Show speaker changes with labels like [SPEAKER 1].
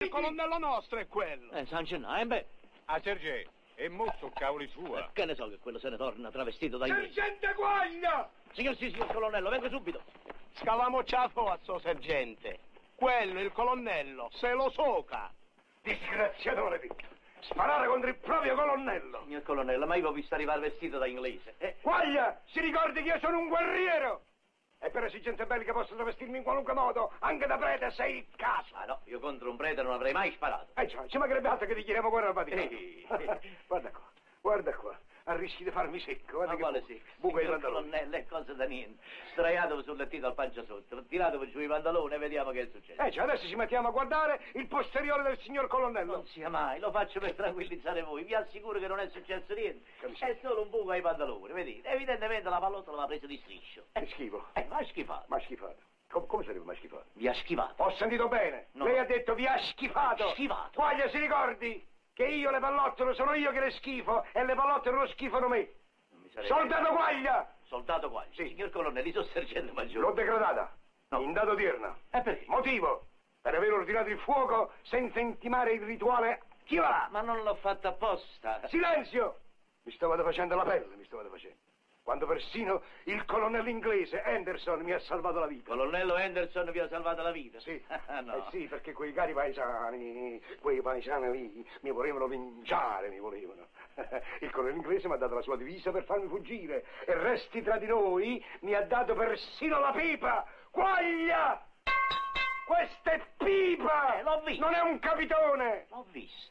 [SPEAKER 1] Il colonnello nostro è quello. Ah,
[SPEAKER 2] Eh, San Gennaro, eh, beh,
[SPEAKER 3] A Sergei, e mozzo cavoli sua.
[SPEAKER 2] eh, che ne so che quello se ne torna travestito da inglese.
[SPEAKER 4] Sergente Guaglia!
[SPEAKER 2] Signor sì, signor colonnello, venga subito.
[SPEAKER 1] Scavamo ciafo a suo sergente. Quello, il colonnello, se lo soca.
[SPEAKER 4] Disgraziato maledetto! Sparare contro il proprio colonnello!
[SPEAKER 2] Signor colonnello, ma io vi visto arrivare vestito da inglese. Eh,
[SPEAKER 4] Guaglia, si ricordi che io sono un guerriero! E per esigenze belliche posso travestirmi in qualunque modo, anche da prete se il caso!
[SPEAKER 2] ma no, io contro un prete non avrei mai sparato.
[SPEAKER 4] E cioè, ci mancherebbe altro che dichiariamo guerra al Vaticano!
[SPEAKER 2] Ehi.
[SPEAKER 4] guarda qua, guarda qua, a rischi di farmi secco, guarda
[SPEAKER 2] Ma
[SPEAKER 4] che
[SPEAKER 2] quale
[SPEAKER 4] bu-
[SPEAKER 2] sì?
[SPEAKER 4] buco ai
[SPEAKER 2] Signor
[SPEAKER 4] pantaloni!
[SPEAKER 2] colonnello, è cosa da niente. Straiato sul lettino al pancia sotto, tiratevi giù i pantaloni e vediamo che è successo.
[SPEAKER 4] Eh, cioè, adesso ci mettiamo a guardare il posteriore del signor colonnello!
[SPEAKER 2] Non sia mai, lo faccio per tranquillizzare voi, vi assicuro che non è successo niente.
[SPEAKER 4] Capisco.
[SPEAKER 2] È solo un buco ai pantaloni, vedete. Evidentemente la pallottola l'ha presa di striscio.
[SPEAKER 4] Che schifo,
[SPEAKER 2] Eh, ma ha schifato.
[SPEAKER 4] ma schifato! Com- come sarebbe mai schifato?
[SPEAKER 2] Vi ha schivato.
[SPEAKER 4] Ho sentito bene.
[SPEAKER 2] No.
[SPEAKER 4] Lei ha detto vi ha schifato.
[SPEAKER 2] Schifato?
[SPEAKER 4] Guaglia, si ricordi che io le pallottole sono io che le schifo e le pallottole non schifano me.
[SPEAKER 2] Non mi sarebbe-
[SPEAKER 4] Soldato Guaglia!
[SPEAKER 2] Soldato Guaglia.
[SPEAKER 4] Sì.
[SPEAKER 2] Signor colonnello, io sono sergente
[SPEAKER 4] L'ho
[SPEAKER 2] maggiore.
[SPEAKER 4] degradata.
[SPEAKER 2] No.
[SPEAKER 4] In data odierna.
[SPEAKER 2] Eh, perché?
[SPEAKER 4] Motivo? Per aver ordinato il fuoco senza intimare il rituale. Chi va?
[SPEAKER 2] Ma non l'ho fatto apposta.
[SPEAKER 4] Silenzio! Mi stavate facendo la pelle, mi stavate facendo. Quando persino il colonnello inglese Anderson mi ha salvato la vita.
[SPEAKER 2] Colonnello Henderson vi ha salvato la vita.
[SPEAKER 4] Sì.
[SPEAKER 2] Ah, no.
[SPEAKER 4] Eh sì, perché quei cari paesani, quei paesani lì, mi volevano vinciare, mi volevano. Il colonnello inglese mi ha dato la sua divisa per farmi fuggire e resti tra di noi mi ha dato persino la pipa. Quaglia! Questa è pipa!
[SPEAKER 2] Eh, l'ho visto.
[SPEAKER 4] Non è un capitone!
[SPEAKER 2] L'ho visto.